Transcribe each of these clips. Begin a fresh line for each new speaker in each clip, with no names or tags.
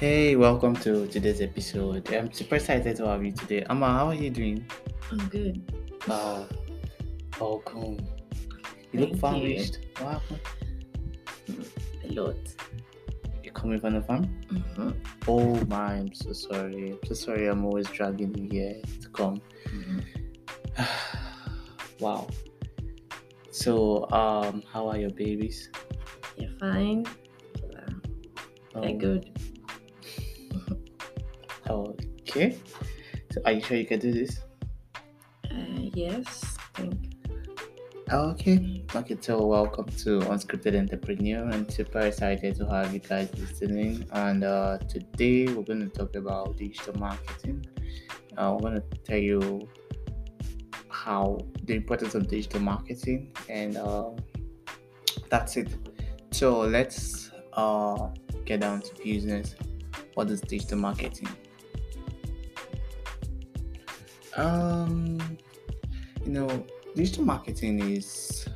Hey, welcome to today's episode. I'm super excited to have you today. Amma, how are you doing?
I'm good.
Wow, welcome. You look
Ah, Thank
famished. What happened?
A lot.
You coming from the farm?
Mm-hmm.
Oh my, I'm so sorry. I'm so sorry. I'm always dragging you here to come. wow. So, um, how are your babies?
You're fine. Uh, They're
Um,
good.
Okay. So, are you sure you can do this?
Uh, yes. Thank.
Okay. Okay, so welcome to Unscripted Entrepreneur. I'm super excited to have you guys listening. And uh, today we're going to talk about digital marketing. Uh, we're going to tell you how the importance of digital marketing, and uh, that's it. So let's uh, get down to business. What is digital marketing? Um, you know, digital marketing is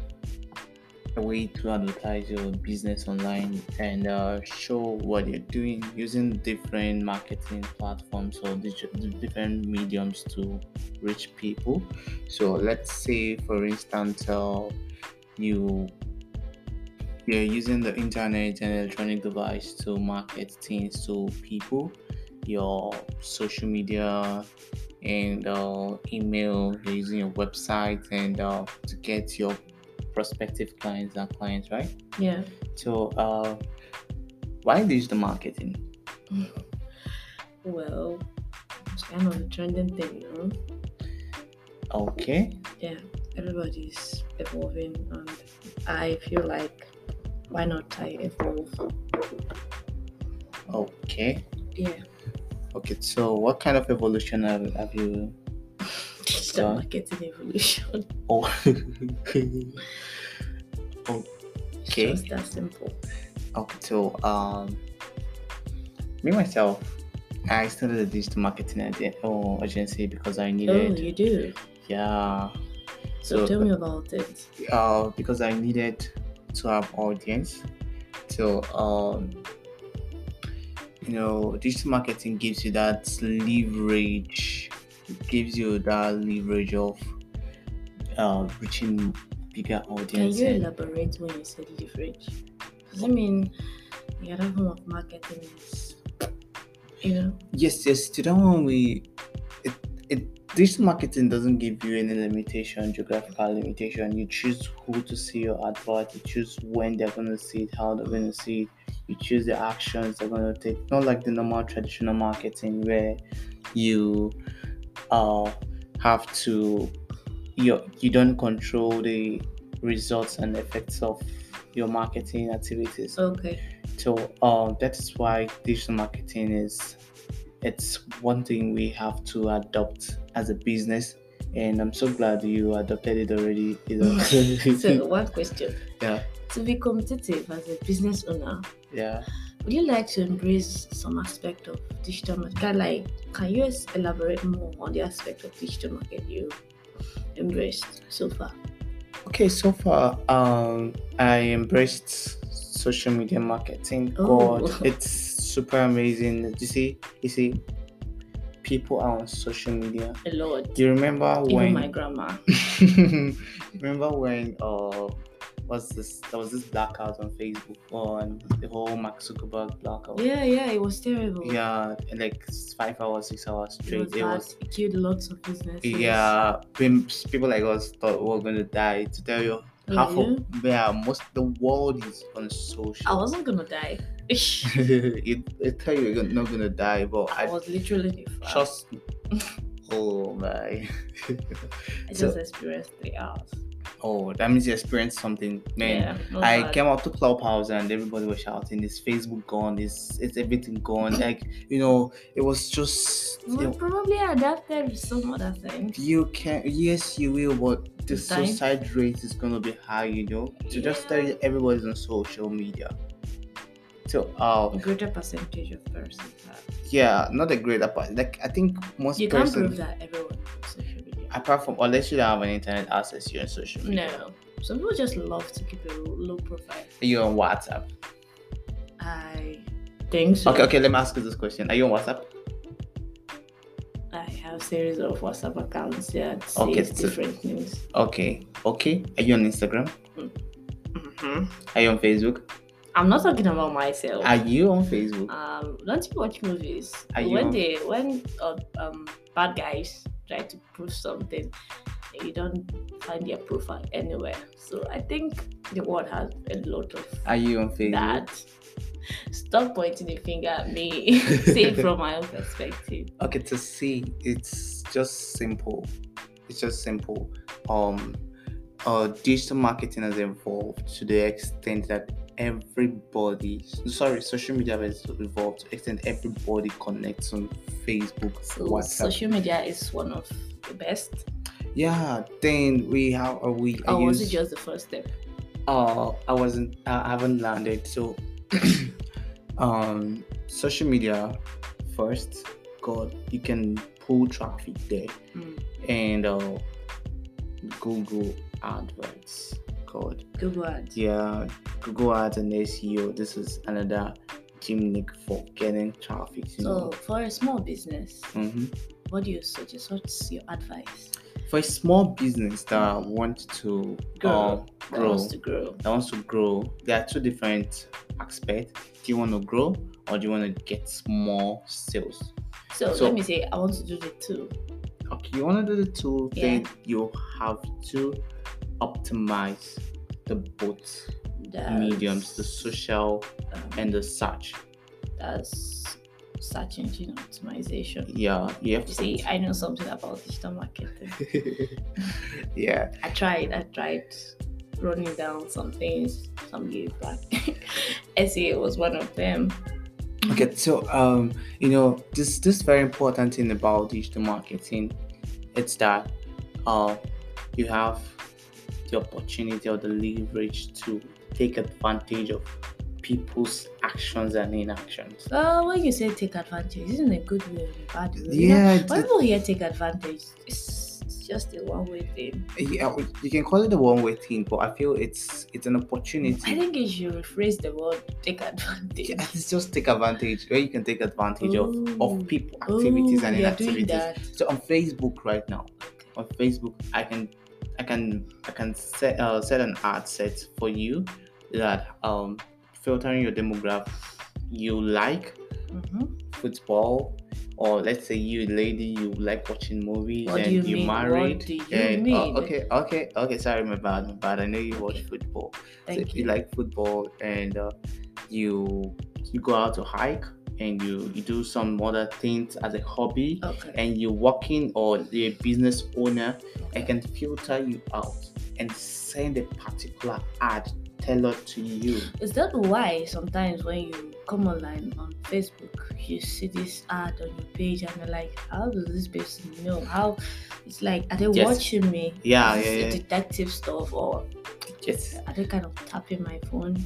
a way to advertise your business online and uh, show what you're doing using different marketing platforms or digi- different mediums to reach people. So let's say, for instance, uh, you you're using the internet and electronic device to market things to people, your social media and uh, email, you're using your website and uh, to get your prospective clients and clients, right?
Yeah.
So, uh, why digital marketing?
Well, it's kind of a trending thing, you know.
Okay,
Yeah. Everybody's evolving, and I feel like why not I evolve?
okay,
Yeah.
okay. So, what kind of evolution have, have you?
Digital
Done.
marketing evolution.
Oh,
It's
Okay.
Just that simple.
okay. So, um, me myself, I started a digital marketing idea, oh, agency because I
Oh,
needed,
you do.
yeah.
Oh, So tell me about it.
uh, because I needed to have audience. So, um, you know, digital marketing gives you that leverage, it gives you that leverage of uh, reaching bigger
Can
audience.
you
and-
elaborate when you said leverage? Does it mean the other form of marketing is, you know,
yes, yes. To that one, we it, it digital marketing doesn't give you any limitation, geographical limitation. You choose who to see your advert. You choose when they're gonna see it, how they're gonna see it. You choose the actions they're gonna take. Not like the normal traditional marketing where you uh have to you you don't control the results and effects of your marketing activities.
okay,
So uh, that is why digital marketing is it's one thing we have to adopt as a business. And I'm so glad you adopted it already. You
so
know?
one question.
Yeah.
To be competitive as a business owner,
yeah.
would you like to embrace some aspect of digital marketing? Like, can you es- elaborate more on the aspect of digital market you embraced so far?
Okay. So far, um, I embraced social media marketing.
Oh.
God, it's super amazing. You see, you see, people are on social media.
A lot.
Do you remember
Even
when?
my grandma.
remember when uh was this there was this blackout on Facebook on the whole Mark Zuckerberg blackout.
Yeah, yeah, it was terrible.
Yeah, and like s- five hours, six hours
It was
straight. It
bad.
was
It killed lots of businesses.
yeah, pimps, people like us thought we were gonna die. To tell you,
Oh,
half
yeah?
of yeah, most the world is on social.
I wasn't gonna die.
it, it tell you you're not gonna die, but
I
I
was literally in the front.
trust. me. oh my.
I
so-
just experienced three hours.
Oh, that means you experienced something, man.
yeah, not
I
bad.
came up to Clubhouse and everybody was shouting, "Is Facebook gone? Is it's everything gone?" Like you know, it was just you,
Well,
know,
probably adapted some other thing.
you can yes you will, but the
The time.
suicide rate is gonna be high, you know. To just tell
Yeah.
you, everybody's on social media. So uh
A greater percentage of persons. have.
yeah, not a great apart. Like I think most
You can't prove
persons,
that everyone on social media.
apart from unless you don't have an internet access, you're on social media.
No, some people just love to keep a low low profile.
You're on WhatsApp.
I think so.
Okay, okay, let me ask you this question. Are you on WhatsApp?
I have series of WhatsApp accounts that says
Okay, so-
different news.
Okay. Okay. Are you on Instagram?
hmm
Are you on Facebook?
I'm not talking about myself.
Are you on Facebook?
um, don't you watch movies?
Are you
when
on-
they when uh, um bad guys try to prove something, you don't find their profile anywhere. So I think the world has a lot of
Are you on Facebook?
that. Stop pointing the finger at me. See it from my own perspective.
Okay, to see, it's just simple. It's just simple. Um, uh, digital marketing has evolved to the extent that everybody, sorry, social media has evolved to the extent everybody connects on Facebook,
So
WhatsApp.
social media is one of the best.
Yeah, then we have uh, we. I
Or Oh, was it
use-
just the first step?
uh, I wasn't, I haven't landed. So, um, social media first. God, you can pull traffic there,
Mm.
and uh, Google Adverts. God,
Good words.
yeah, Google Ads and SEO. This is another gimmick for getting traffic. You
So
know.
for a small business,
Mhm.
what do you suggest? What's your advice?
For a small business that want to
Grow.
uh,
That
grow.
wants to grow.
that wants to grow, there are two different aspects. Do you want to grow or do you want to get more sales?
So,
So-
let me say I want to do the two.
Okay, you want to do the two, then
Yeah.
you have to optimize the both
That's,
mediums, the social
um,
and the search.
that's search engine optimization.
Yeah, you have to
You see, I know something about digital marketing.
yeah,
I tried, I tried running down some things some years back. SEO was one of them.
Okay, so um, you know, this this very important thing about digital marketing, it's that uh, you have the opportunity or the leverage to take advantage of people's actions and inactions.
Uh, when you say take advantage, isn't a good way or a bad way? You know,
Yeah, it-
When people hear take advantage, it's it's just a one way thing.
yeah, you can call it a one-way thing, but I feel it's it's an
I
opportunity.
think you should rephrase the word take advantage.
Yeah, It's just take advantage where you can take advantage of
Ooh.
of people activities
Ooh,
and
you are Oh, doing
inactivities.
that.
So on Facebook right now, on Facebook, I can, I can, I can set uh, set an ad set for you that um filtering your demographic. You like
Mhm.
football, or let's say you a lady, you like watching movies,
What do
and
you
are
mean? What
married.
do you
and,
mean?
oh, okay, okay, okay. Sorry, my bad, my bad. I know you watch
Okay.
football. So
Thank
if
you.
you like football and uh, you you go out to hike and you, you do some other things as a hobby
okay.
and you're working or you're a business owner, I
okay.
can filter you out and send a particular ad tailored to you.
Is that why sometimes when you come online on Facebook, you see this ad on your page and you're like, how does this person know? How it's like, are they
Yes.
watching me?
Yeah,
Is
yeah,
this
yeah.
a detective stuff or
Yes.
are they kind of tapping my phone?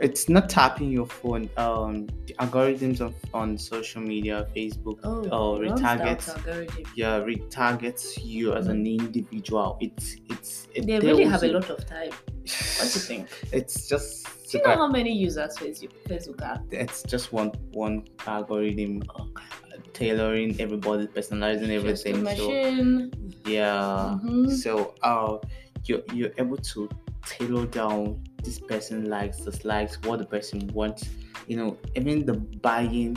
It's not tapping your phone. Um, the algorithms of on social media, Facebook,
Oh,
Oh,
it runs down to
retargets.
algorithm.
yeah, retargets you as an individual. It's it's it
They really
tells
have a
you-
lot of time. What do you think?
It's just
Do you know how many users Facebook Facebook have?
it's just one one algorithm
Okay.
tailoring everybody, personalizing
Just a
everything. So
machine.
yeah.
Mhm.
So uh, you're you're able to tailor down this person likes, dislikes, what the person wants. You know, even the buying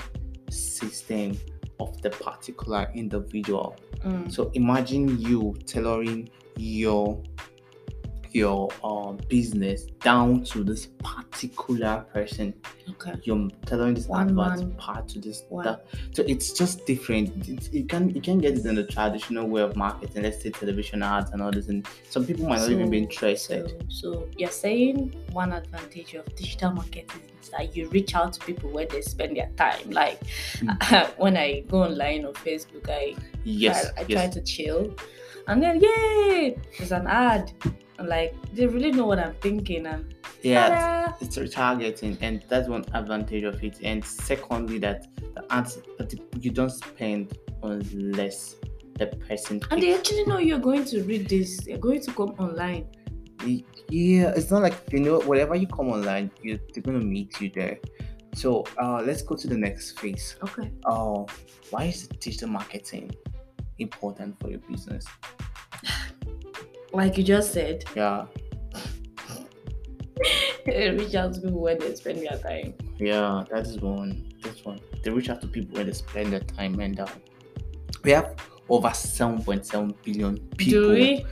system of the particular individual.
Mm.
So imagine you tailoring your your uh, business down to this particular person.
Okay.
You're tailoring this
One
advert
man.
part to this
One.
that. So it's just different. It's, you can you can get it in the traditional way of marketing, let's say television ads and all this. And some people might not even be
So-
interested.
So, so you're saying one advantage of digital marketing is that you reach out to people where they spend their time. Like
Hmm.
when I go online on Facebook, I
yes,
try, I try
yes.
to chill, and then yay, there's an ad. I'm like, they really know what I'm thinking. And
yeah.
ta-da!
it's retargeting and that's one advantage of it and secondly that the ads that you don't spend unless the person
and they
picks.
actually know you're going to read this. They're going to come online.
yeah it's not like you know wherever you come online you, they're gonna meet you there So uh, let's go to the next phase.
Okay.
Uh, why is digital marketing important for your business?
Like you just said,
Yeah,
reach out to people when they spend their time.
yeah, that is one. That's one. They reach out to people where they spend their time, and uh, we have over 7.7 billion people.
Do we?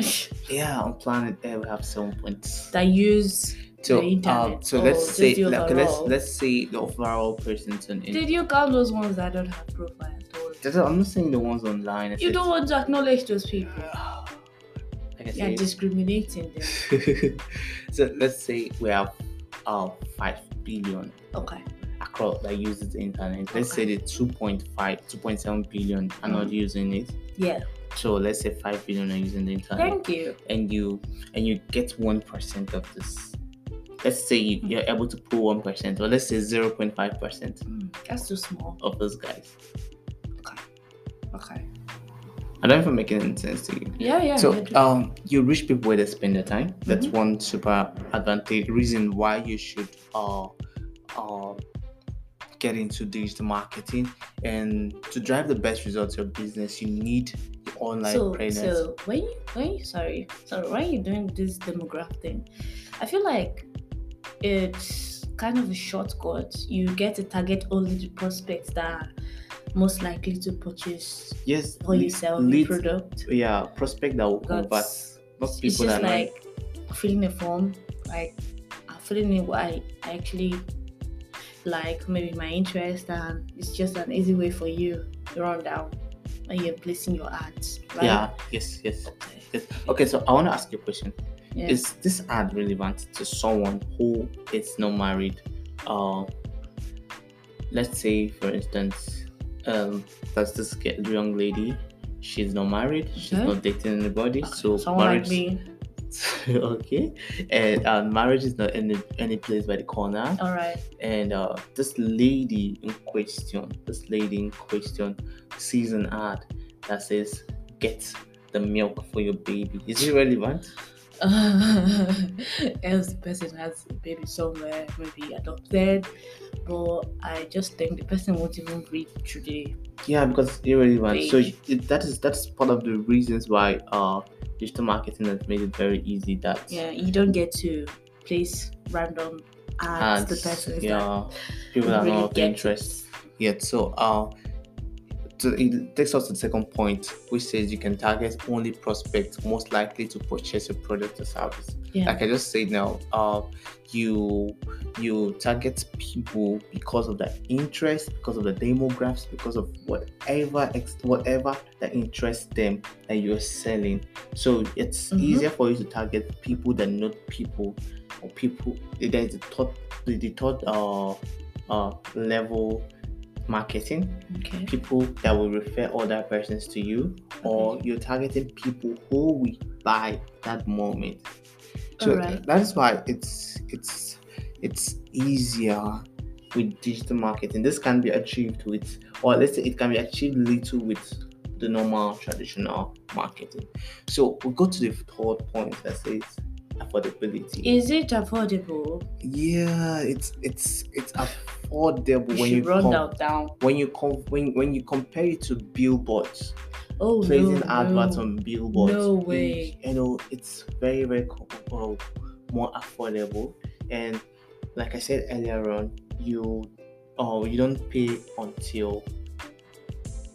Yeah, on planet Earth, we have 7. Point...
that use
So,
the internet
um, so
or
let's
just
say,
the
like, okay, let's
overall?
let's say the overall persons on. in-
Did you count those ones that don't have profile at all?
That's- I'm not saying the ones online. I
You
said-
don't want to acknowledge those people.
Like I
You're
said,
discriminating them.
so let's say we have uh, 5 billion
Okay.
across that uses the internet let's
Okay. Mm.
say the 2.5 2.7 billion are not using it
Yeah.
so let's say 5 billion are using the internet
Thank you.
and you and you get 1% of this let's say you,
Mm.
you're able to pull 1% or let's say 0.5%
Mm, that's too small.
of those guys
Okay.
i don't know if i'm making any sense to you
Yeah, yeah. Mm-hmm.
so
yeah.
um, you reach people where they spend their time. That's one super advantage reason why you should uh, uh, get into digital marketing. And to drive the best results of your business, you need your online
so,
presence.
so when you when you sorry sorry when you're doing this demographic thing, I feel like it's kind of a shortcut. You get to target only the prospects that are most likely to purchase
yes,
or you
lead-
sell
lead-
the product.
Yeah, prospect that will convert,
That's-
not people
it's
that
just
know-
like filling a form, like I'm filling in what I I actually like, maybe my interest, and it's just an easy way for you to run down when you're placing your ads. Right?
Yeah. Yes. Yes.
Okay.
Yes. Okay. So I want to ask you a question.
Yeah.
Is this ad relevant to someone who is not married? Uh, let's say, for instance, um, there's this ge- young lady. She's not married. She's
Okay.
not dating anybody.
Okay,
So
Uh, someone
marriage,
like me.
okay, and uh, marriage is not any any place by the corner.
All right.
And uh, this lady in question, this lady in question, sees an ad that says, "Get the milk for your baby." Is it relevant?
Else the person has a baby somewhere, maybe adopted, but I just think the person won't even read through the
Yeah, because it's irrelevant. So
Page.
it, that is that's part of the reasons why uh digital marketing has made it very easy that
yeah. You don't get to place random ads to
ads,
persons that
yeah people are
really
not of
get
interest
it.
yet. So uh, so it takes us to the second point, which says you can target only prospects most likely to purchase your product or service.
Yeah.
Like I just said now, uh, you you target people because of their interest, because of the demographics, because of whatever ex- whatever that interests them that you're selling. So it's
Mhm.
easier for you to target people than not people or people. There is a thought the, the third uh, uh, level marketing
Okay.
people that will refer other persons to you or you're targeting people who will buy that moment so
Alright.
that is why it's it's it's easier with digital marketing this can be achieved with or let's say it can be achieved little with the normal traditional marketing so we go to the third point that says affordability
Is it affordable?
yeah it's it's it's affordable
You
when you
should run
com-
down down.
when you com- when when you compare it to billboards
Oh
placing
no,
adverts
no.
on billboards
No way.
you know it's very very co- well, more affordable and like i said earlier on you oh you don't pay until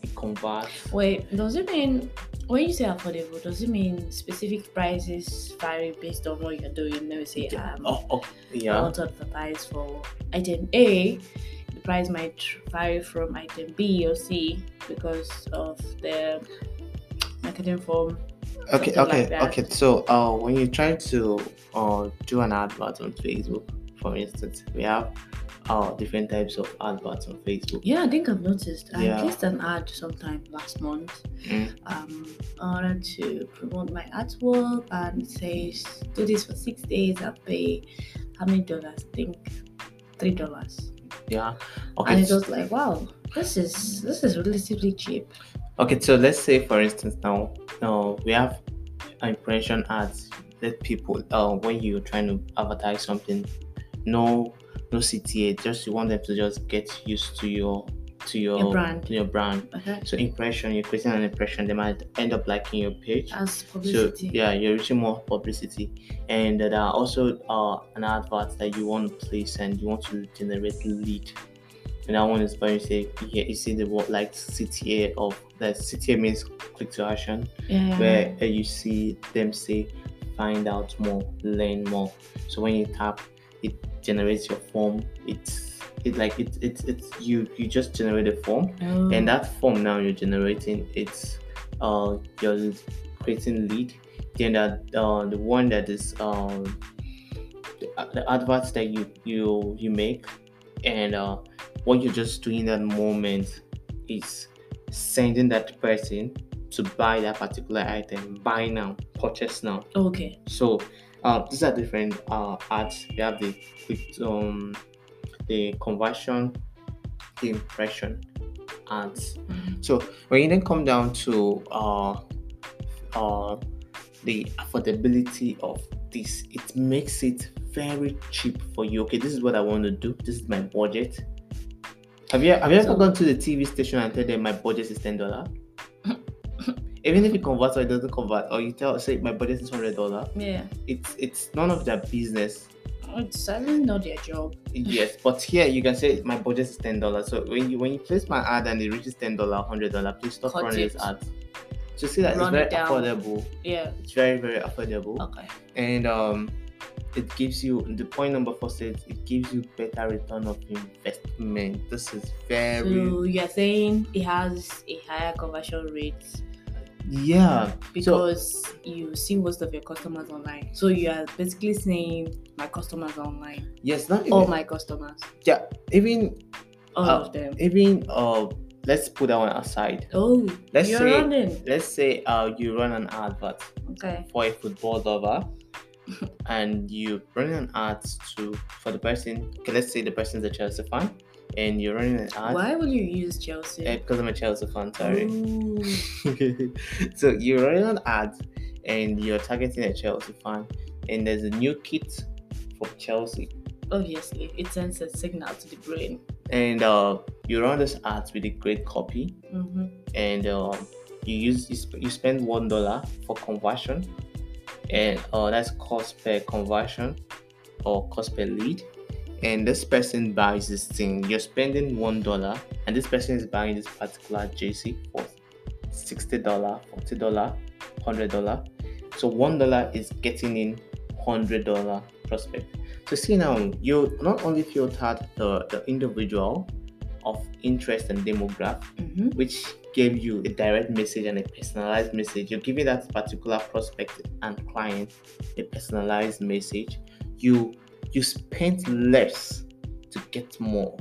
it converts
Wait, does it mean when you say affordable, does it mean specific prices vary based on what you're doing? Let me say um,
oh, oh,
I
yeah
want to advertise for item A. The price might vary from item B or C because of the marketing form.
okay
something
okay
like that.
okay so uh when you try to uh do an advert on facebook for instance we have uh different types of adverts on facebook
Yeah, I think I've noticed. I
Yeah.
placed an ad sometime last month
Mm.
um, in order to promote my artwork and it says do this for six days and pay how many dollars? I think three dollars.
yeah
And
okay
it was like, wow, this is this is relatively cheap.
Okay, so let's say for instance now, now we have impression ads. Let people uh, when you're trying to advertise something, know no CTA. Just you want them to just get used to your to your,
Your brand.
to your brand.
Okay.
So impression, you're creating an impression. They might end up liking your page.
As
So
publicity.
yeah, you're reaching more publicity, and there are also uh, an advert that you want to place and you want to generate lead. And that one is by you say yeah, you see the word like CTA of that CTA means click to action,
Yeah.
where uh, you see them say find out more, learn more. So when you tap, it generates your form. It's it like it it's it's you you just generate a form
Oh.
and that form now you're generating it's uh you're creating lead then that uh, the one that is um the, the adverts that you you you make and uh what you're just doing in that moment is sending that person to buy that particular item buy now purchase now
Okay.
so uh, these are different uh, ads. We have the quick um, the conversion, the impression ads.
Mhm.
So when you then come down to uh, uh, the affordability of this, it makes it very cheap for you. Okay, this is what I want to do. This is my budget. Have you have you ever
So-
gone to the TV station and tell them my budget is ten dollar? Even if it converts or it doesn't convert, or you tell say my budget is hundred dollar,
Yeah.
it's it's none of their business.
It's certainly not their job.
Yes, but here you can say my budget is ten dollars. So when you when you place my ad and it reaches ten dollar, hundred dollar, please stop
Cut
running
it.
this ad. So see that
Run it
it's very
down.
affordable.
Yeah.
It's very very affordable,
Okay.
and um, it gives you the point number four says it gives you better return of investment. This is very
So you're saying it has a higher conversion rate
yeah.
because you see most of your customers online. So you are basically saying my customers are online.
Yes, not even
All Oh my customers.
even
All
Uh,
of them.
even uh. Let's put that one aside.
Oh,
Let's
you're
say
running.
let's say uh you run an advert.
Okay.
for a football lover and you run an ad to for the person okay, let's say the person's a Chelsea fan and you're running an ad
Why would you use Chelsea?
eh, because I'm a Chelsea fan, sorry.
Ooh.
so you're running an ad and you're targeting a Chelsea fan and there's a new kit for Chelsea
Obviously, it sends a signal to the brain.
and uh, you run this ad with a great copy
Mm-hmm.
and uh, you use you, sp- you spend one dollar for conversion and uh, that's cost per conversion or cost per lead and this person buys this thing you're spending one dollar and this person is buying this particular jc for sixty dollar forty dollar hundred dollar so one dollar is getting in hundred dollar prospect so see now you not only filtered the, the individual of interest and demographic
Mm-hmm.
which gave you a direct message and a personalized message. You're giving that particular prospect and client a personalized message. You you spent less to get more.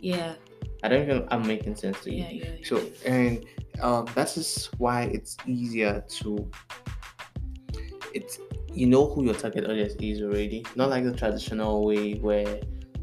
Yeah,
I don't even I'm making sense to you.
yeah, yeah. yeah.
So and um, that is why it's easier to it's you know who your target audience is already. Not like the traditional way where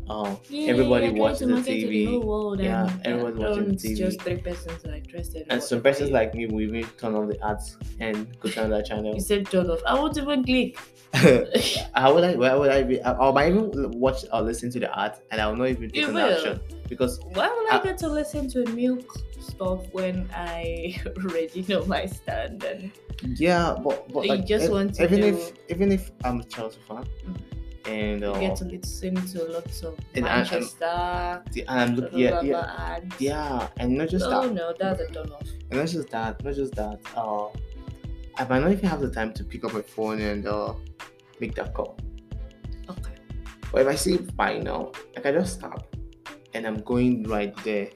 um
Yeah,
everybody
yeah, yeah,
watches
try
the
to market to
TV.
whole world
Yeah,
and,
everyone
and
watching
it's
TV.
Just three persons are interested. in
and some
whatever
persons
you-
like me will even turn on the ads and go to another channel.
You said turn off. I won't even click.
How would I? Where would I be? I, I might even watch or listen to the ads, and I will not even take
You
an
will.
action because
Why would I
Uh,
get to listen to milk stuff when I already know my stand? And
yeah, but but
You
like,
just want to
even
do-
if even if I'm a Chelsea fan,
Mm.
and uh,
you get to listen to lots of
And I- I'm-
Manchester,
the, and I'm
blah,
looking
blah,
yeah
blah,
yeah
ads.
yeah, and not just
Oh
that,
no, that's a turn off.
and not just that, not just that. Uh, I might not even have the time to pick up my phone and uh make that call.
Okay.
But if I see it by now, I can just stop, and I'm going right there.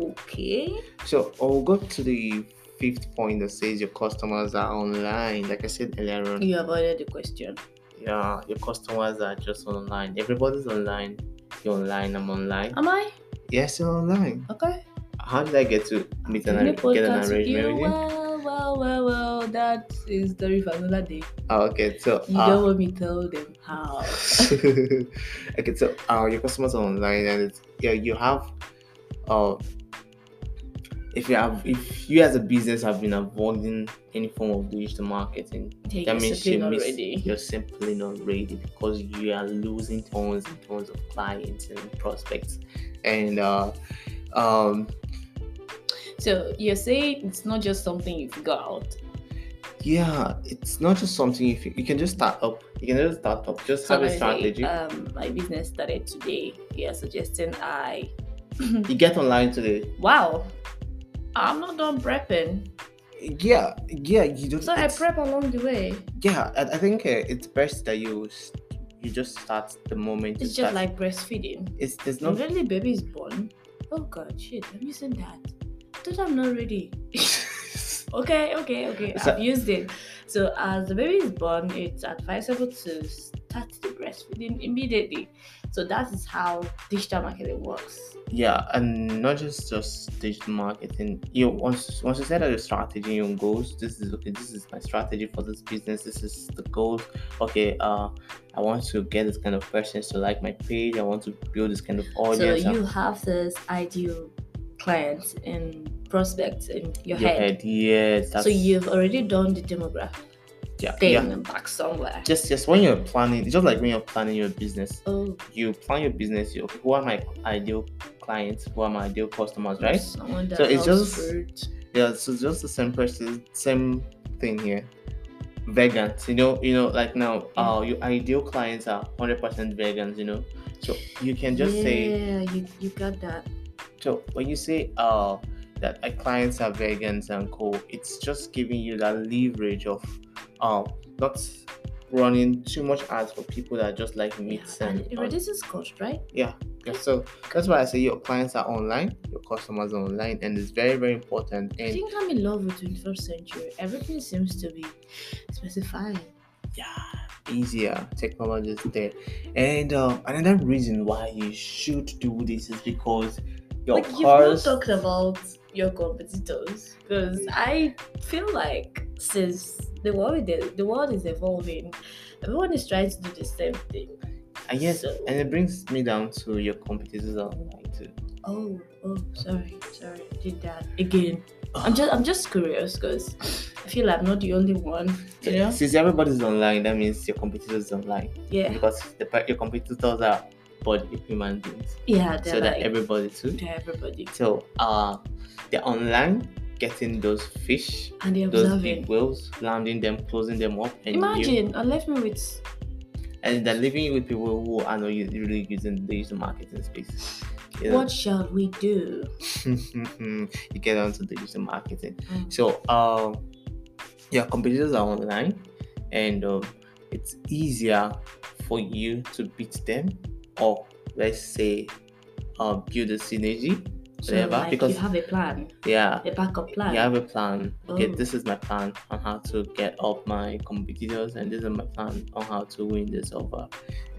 Okay.
So I'll go to the fifth point that says your customers are online. Like I said earlier on,
You avoided the question.
yeah, your customers are just online. Everybody's online. You're online. I'm online.
Am I?
Yes, you're online.
Okay.
How did I get to meet an
Any
arra- get an
podcast with you?
arrangement with you?
Well, well, well, well. That is story for another day.
Oh, okay, so
You
uh,
don't want me to tell them how.
okay, so ah, uh, your customers are online, and it's, yeah, you have uh, if you have if you as a business have been avoiding any form of digital marketing
Take
that means you
discipline
miss-
already.
you're simply not ready because you are losing tons and tons of clients and prospects and uh um
So you're saying it's not just something you figure out.
yeah it's not just something you, fi- you can just start up you can just start up just
So
have a
I say,
strategy
um, my business started today. You're suggesting I.
you get online today
wow, I'm not done prepping.
yeah yeah you don't
So I
it's-
prep along the way.
yeah i, I think uh, it's best that you s- you just start the moment you
It's just
start.
like breastfeeding.
it's there's
When
no
the baby is born, oh god, shit, I'm using that. Dude, I'm not ready. okay, okay, okay.
So-
I've used it. So as the baby is born, it's advisable to start the breastfeeding immediately. So that is how digital marketing works.
yeah and not just just digital marketing you once once you set out your strategy and your goals this is okay this is my strategy for this business this is the goals okay uh i want to get this kind of persons to like my page i want to build this kind of
so
audience
you have this ideal clients and prospects in your,
your
head.
head yes that's
So you've already done the demographic
yeah,
thing
yeah
back somewhere.
just just when you're planning it's just like when you're planning your business
Oh,
you plan your business you who are my ideal clients who are my ideal customers right
Someone that
So it's
loves
just-
fruit.
Yeah, so it's just the same person, same thing here. Vegans, you know, you know, like now,
Mm.
uh, your ideal clients are hundred percent vegans, you know. So you can just
yeah,
say,
you, you got that.
so when you say, uh, that my clients are vegans and co, it's just giving you that leverage of, um, not running too much ads for people that just like
Yeah,
meats
and
and,
it reduces cost, right?
yeah, so that's why I say your clients are online, your customers are online, and it's very very important.
I
And
think I'm in love with 21st century. Everything seems to be specified.
yeah easier technology is there and um, another reason why you should do this is because your
Like you've not
cars
talked about your competitors because I feel like since the world is, the world is evolving, everyone is trying to do the same thing.
i guess
so-
uh, and it brings me down to your competitors are online too
Oh, oh, sorry, sorry, I did that again. I'm just I'm just curious because I feel I'm not the only one. You know?
since everybody's online that means your competitors are online
Yeah,
because the pe- your competitors are but human beings
yeah. They're
so
like
that everybody too
they're everybody,
so uh they're online getting those fish
and they're
those
observing.
big whales landing them closing them up and you
Imagine I left me with
and they're living it with people who are not u- really using the digital marketing space. You know?
what shall we do?
you get onto the digital marketing.
Mm.
So, um, your competitors are online, and um, it's easier for you to beat them, or let's say, uh, build a synergy.
So,
whatever,
like,
because-
you have a plan,
Yeah.
a backup plan.
You have a plan. Okay,
Oh.
this is my plan on how to get up my competitors, and this is my plan on how to win this over.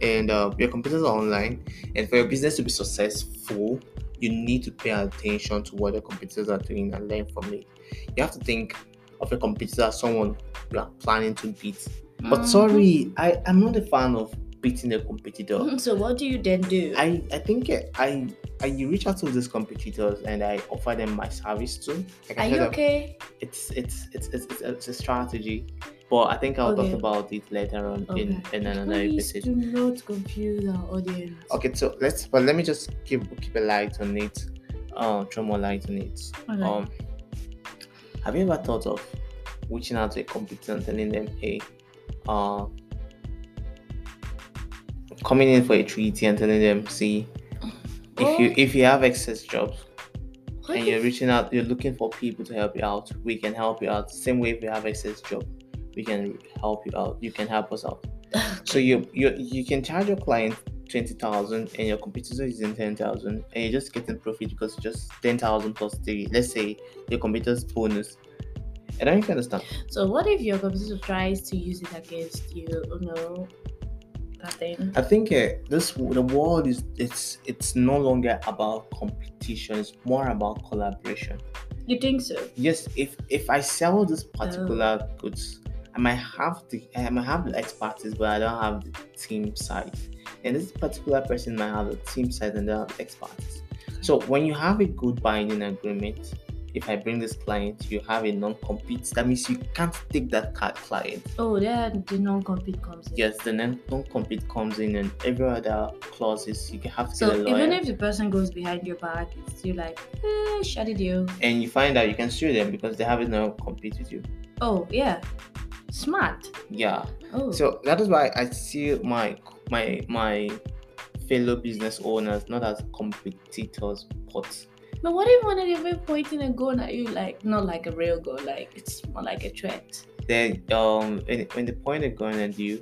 And uh, your competitors are online, and for your business to be successful, you need to pay attention to what your competitors are doing and learn from it. You have to think of your competitor as someone you are planning to beat. But
Mhm.
sorry, I am not a fan of beating a competitor.
Mhm, So what do you then do?
Mm-hmm. I I think I, I I reach out to these competitors and I offer them my service too. Like I
Are
tell
you
them,
okay?
it's it's it's it's, it's, it's a strategy but i think i'll
Okay.
talk about it later on in,
Okay.
in another
Please
episode Oh,
do not confuse our audience.
okay so let's but let me just keep keep a light on it um throw more light on it
Alright.
um have you ever thought of reaching out to a computer and telling them hey uh coming in for a treaty and telling them see if you
Oh.
if you have excess jobs
What
and
the
you're reaching out, you're looking for people to help you out. We can help you out. Same way if you have excess job, we can help you out. You can help us out.
f-
So you you you can charge your client twenty thousand and your competitor is in ten thousand and you're just getting profit because it's just ten thousand plus three. Let's say your competitor's bonus. I don't even understand.
So what if your computer tries to use it against you? Oh no, that thing.
I think uh, this the world is it's it's no longer about competition. It's more about collaboration.
You think so?
yes if if i sell this
Oh.
particular goods i might have the i might have the expertise but i don't have the team size and this particular person might have the team size and they have expertise so when you have a good binding agreement if I bring this client, you have a non compete. That means you can't take that ca- client.
Oh, then the non-compete comes in.
Yes, the non compete comes in, and every other clauses you can have to
So
get a lawyer.
even if the person goes behind your back, it's still like, eh, shut it you.
and you find out you can sue them because they have a non compete with you.
Oh yeah, smart.
Yeah.
Oh,
So that is why I see my my my fellow business owners not as competitors, but
but what if one of them pointing a gun at you, like not like a real gun, like it's more like a threat.
they um when, when they point a gun at you,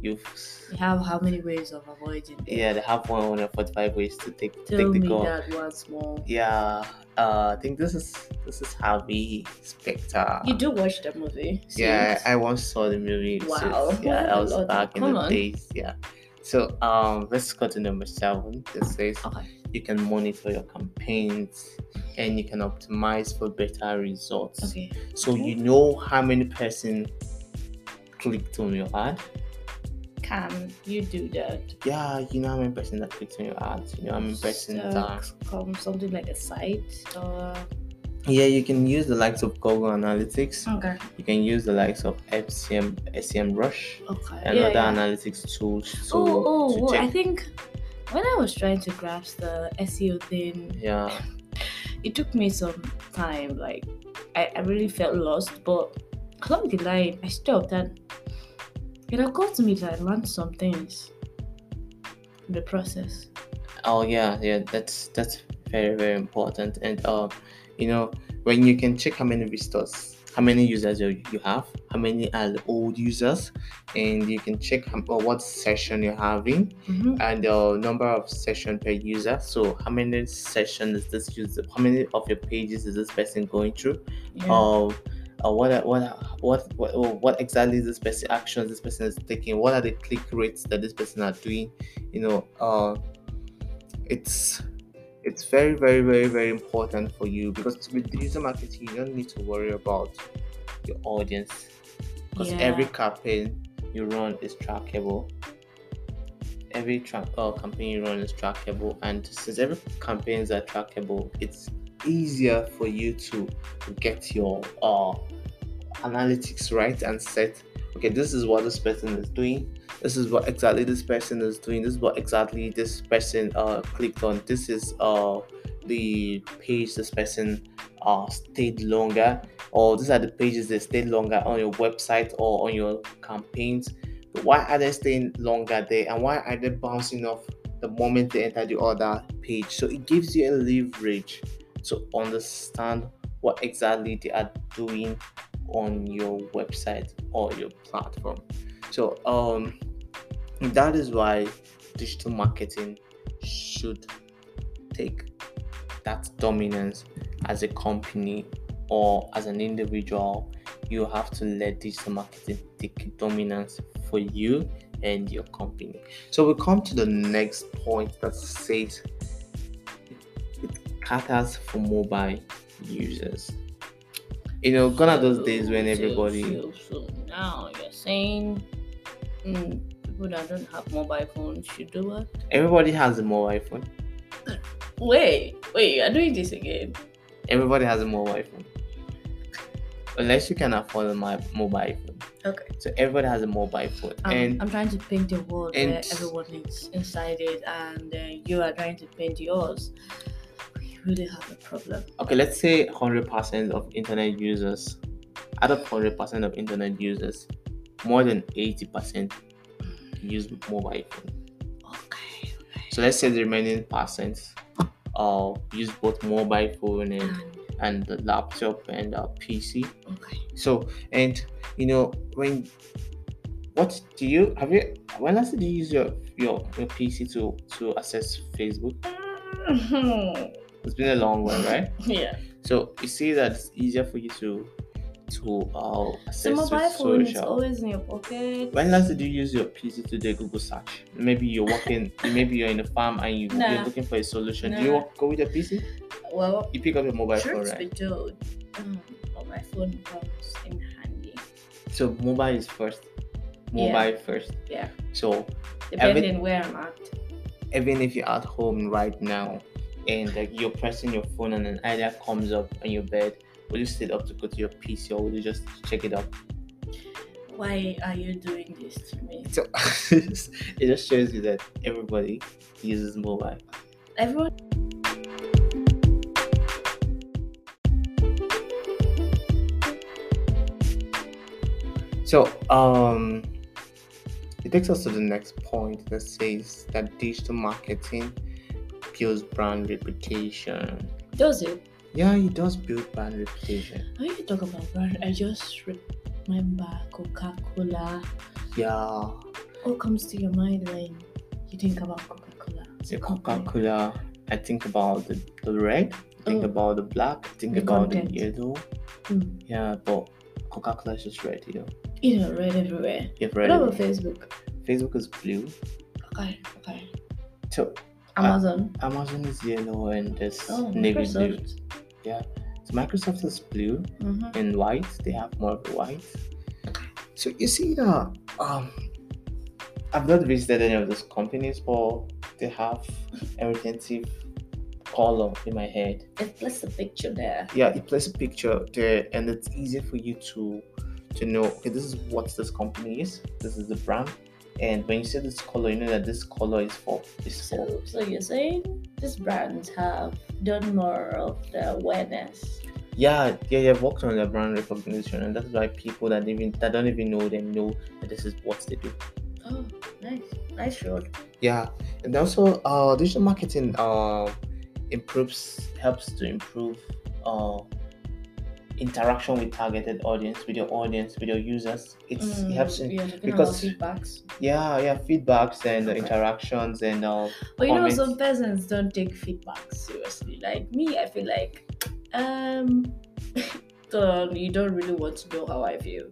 you've s-
You have how many ways of avoiding? Them?
yeah they have 145 ways to take to
Tell
take the
me
gun.
that once more.
Yeah, uh, I think this is this is Harvey Specter.
You do watch the movie. see
Yeah,
it?
I once saw the movie.
Wow.
since- yeah, that was
Lord,
back in
come
the
on.
days. Yeah. So um, let's go to number seven. It says
Okay.
you can monitor your campaigns and you can optimize for better results.
Okay.
So
Okay.
you know how many person clicked on your ad.
Can you do that?
Yeah, you know how many person that clicked on your ads. You know how many person that.
So, Come something like a site or
Yeah, you can use the likes of Google Analytics.
okay.
You can use the likes of FCM, SEM Rush,
Okay.
and
yeah,
other
yeah.
analytics tools to,
oh, oh,
to
oh, I
check.
think when I was trying to grasp the SEO thing,
Yeah,
it took me some time. Like, I, I really felt lost, but along the line, I stopped and it occurred to me that I learned some things in the process.
oh yeah, yeah. That's that's very very important. And uh, you know, when you can check how many visitors, how many users you, you have, how many are the old users, and you can check how, or what session you're having
Mhm.
and the number of session per user. So how many sessions is this user? How many of your pages is this person going through?
Yeah.
of uh, what, what what what what exactly is this person actions this person is taking what are the click rates that this person are doing you know uh it's it's very very very very important for you because with user marketing you don't need to worry about your audience because
Yeah.
every campaign you run is trackable every track uh, campaign you run is trackable and since every campaigns are trackable it's easier for you to get your uh, analytics right and set okay this is what this person is doing this is what exactly this person is doing this is what exactly this person uh, clicked on this is uh, the page this person uh, stayed longer or these are the pages that stayed longer on your website or on your campaigns but why are they staying longer there and why are they bouncing off the moment they enter the other page so it gives you a leverage to understand what exactly they are doing on your website or your platform. So um that is why digital marketing should take that dominance as a company or as an individual. You have to let digital marketing take dominance for you and your company. So we come to the next point that says it caters for mobile users. You know, gone are those days when
So,
everybody
so, so now you're saying mm, people that don't have mobile phones should do what?
Everybody has a mobile phone.
Wait, wait, you're doing this again.
Everybody has a mobile phone. Unless you can afford a mi- mobile phone.
Okay.
So everybody has a mobile phone.
I'm,
and
Um, I'm trying to paint the world
and-
where everyone is inside it, and uh, you are trying to paint yours. We really have a problem.
okay, let's say 100% of internet users, out of 100% of internet users, more than 80% use mobile phone.
Okay.
So let's say the remaining percent uh, use both mobile phone and,
And-
and the laptop and uh, PC.
okay.
So and you know when what do you have you when last did you use your your, your PC to to access Facebook? It's been a long one, right?
yeah.
So you see that it's easier for you to to uh,
So
access
mobile
so-
phone is
social.
always in your pocket.
when last did you use your PC to do a Google search? Maybe you're working, maybe you're in a farm and you,
Nah.
you're looking for a solution. Do you
Nah.
walk, go with your PC?
Well,
You pick up your mobile phone,
truth be
right?
told, um, mobile phone comes in handy.
So mobile is first.
Yeah.
Mobile first.
Yeah.
So
Depending where I'm at.
even if you're at home right now and like you're pressing your phone and an idea comes up on your bed, would you sit up to go to your PC or would you just check it up?
Why are you doing this to me?
So it just shows you that everybody uses mobile.
Everyone.
So um, it takes us to the next point that says that digital marketing builds brand reputation.
Does it?
Yeah, it does build brand reputation.
When you talk about brand, I just remember Coca Cola.
Yeah,
What comes to your mind when you think about Coca Cola?
the Coca Cola. I think about the, the red. I think
Mm.
about the black. I think
The
about
content.
the yellow. Yeah, but Coca Cola is just red. You know,
Mm. You know, red everywhere.
you've
What
read
about
it.
Facebook?
Facebook is blue.
Okay, okay.
So
Amazon.
Amazon is yellow and there's
oh,
navy blue.
Microsoft.
So Microsoft is blue
Mhm.
and white. They have more of a white. So you see that um I've not visited any of those companies but they have a retentive color in my head.
It placed a picture there.
Yeah, it plays a picture there and it's easier for you to to know okay this is what this company is, this is the brand. And when you see this color, you know that this color is for is for
So, so you're saying these brands have done more of the awareness.
yeah yeah they've worked on their brand recognition and that's why people that even that don't even know them know that this is what they do
Oh, nice, nice shot.
yeah and also uh digital marketing uh improves helps to improve uh interaction with targeted audience with your audience with your users it's it helps in,
yeah,
because-
because feedbacks.
yeah yeah feedbacks and uh,
Okay.
interactions and uh,
But you know,
comments.
some persons don't take feedback seriously. Like me, I feel like, um, so you don't really want to know how I feel.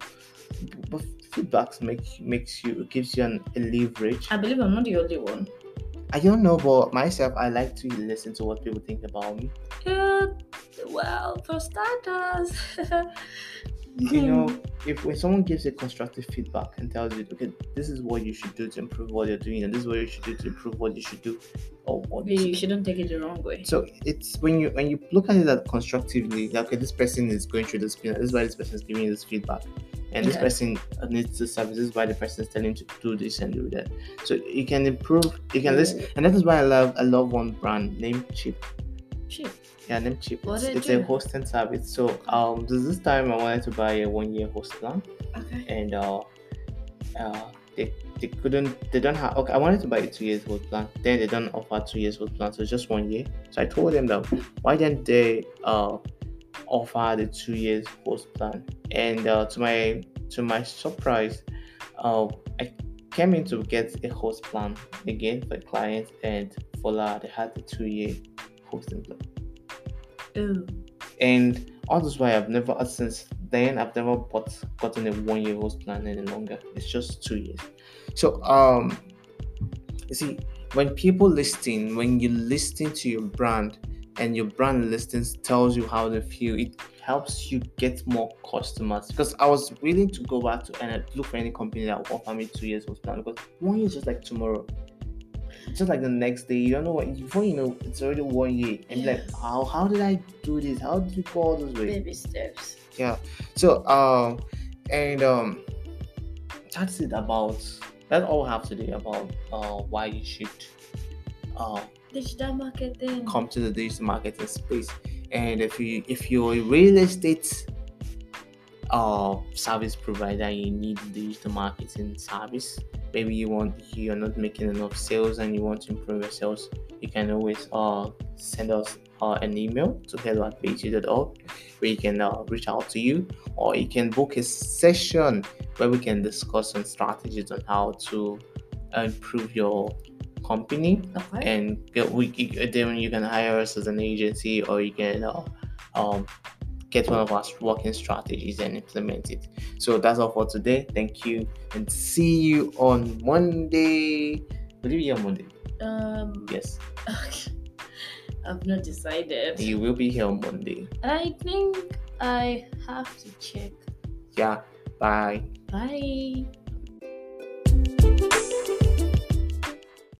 but feedbacks make makes you gives you an, a leverage
I believe I'm not the only one.
i don't know but myself i like to listen to what people think about me
Uh, well, for starters, Hmm.
you know, if when someone gives a constructive feedback and tells you, okay, this is what you should do to improve what you're doing, and this is what you should do to improve what you should do, or what you
you
should.
shouldn't take it the wrong way.
So it's when you when you look at it that constructively, that, okay, this person is going through this feedback. This is why this person is giving you this feedback, and this
Okay.
person needs this service. This is why the person is telling you to do this and do that. So you can improve. You can listen, and that is why I love I love one brand named Chip.
Cheap.
Yeah, Namecheap.
What
It's,
do you
it's a
do?
hosting service. So um, this this time I wanted to buy a one year host plan.
Okay.
and uh, uh, they they couldn't they don't have okay I wanted to buy a two years old plan then they don't offer two years old plan so it's just one year so I told them that why didn't they uh offer the two years host plan and uh, to my to my surprise uh, I came in to get a host plan again for clients and for uh, they had the two year hosting plan
Ooh.
and all this why I've never since then I've never bought gotten a one year old plan any longer. It's just two years. So um you see when people listen, when you listen to your brand and your brand listens tells you how they feel, it helps you get more customers. Because I was willing to go back to and look for any company that will offer me two years old plan because one year is just like tomorrow. It's Just like the next day, you don't know what before you know it's already one year. And like
Yeah.
how how did I do this? How did you go all this way?
Baby steps.
So um and um that's it about that's all I have today about uh why you should uh
Digital marketing.
Mm-hmm. come to the digital marketing space. And if you if you're a real estate uh service provider and you need digital marketing service, maybe you want you're not making enough sales and you want to improve your sales, you can always uh send us uh, an email to hello at pg.org where you can uh, reach out to you or you can book a session where we can discuss some strategies on how to improve your company
Okay.
and get, we you- then you can hire us as an agency or you can uh, um, get one of our working strategies and implement it so that's all for today thank you and see you on monday will you be on monday
Um.
yes
Okay. I've not decided.
you will be here on monday
I think I have to check.
yeah bye
Bye.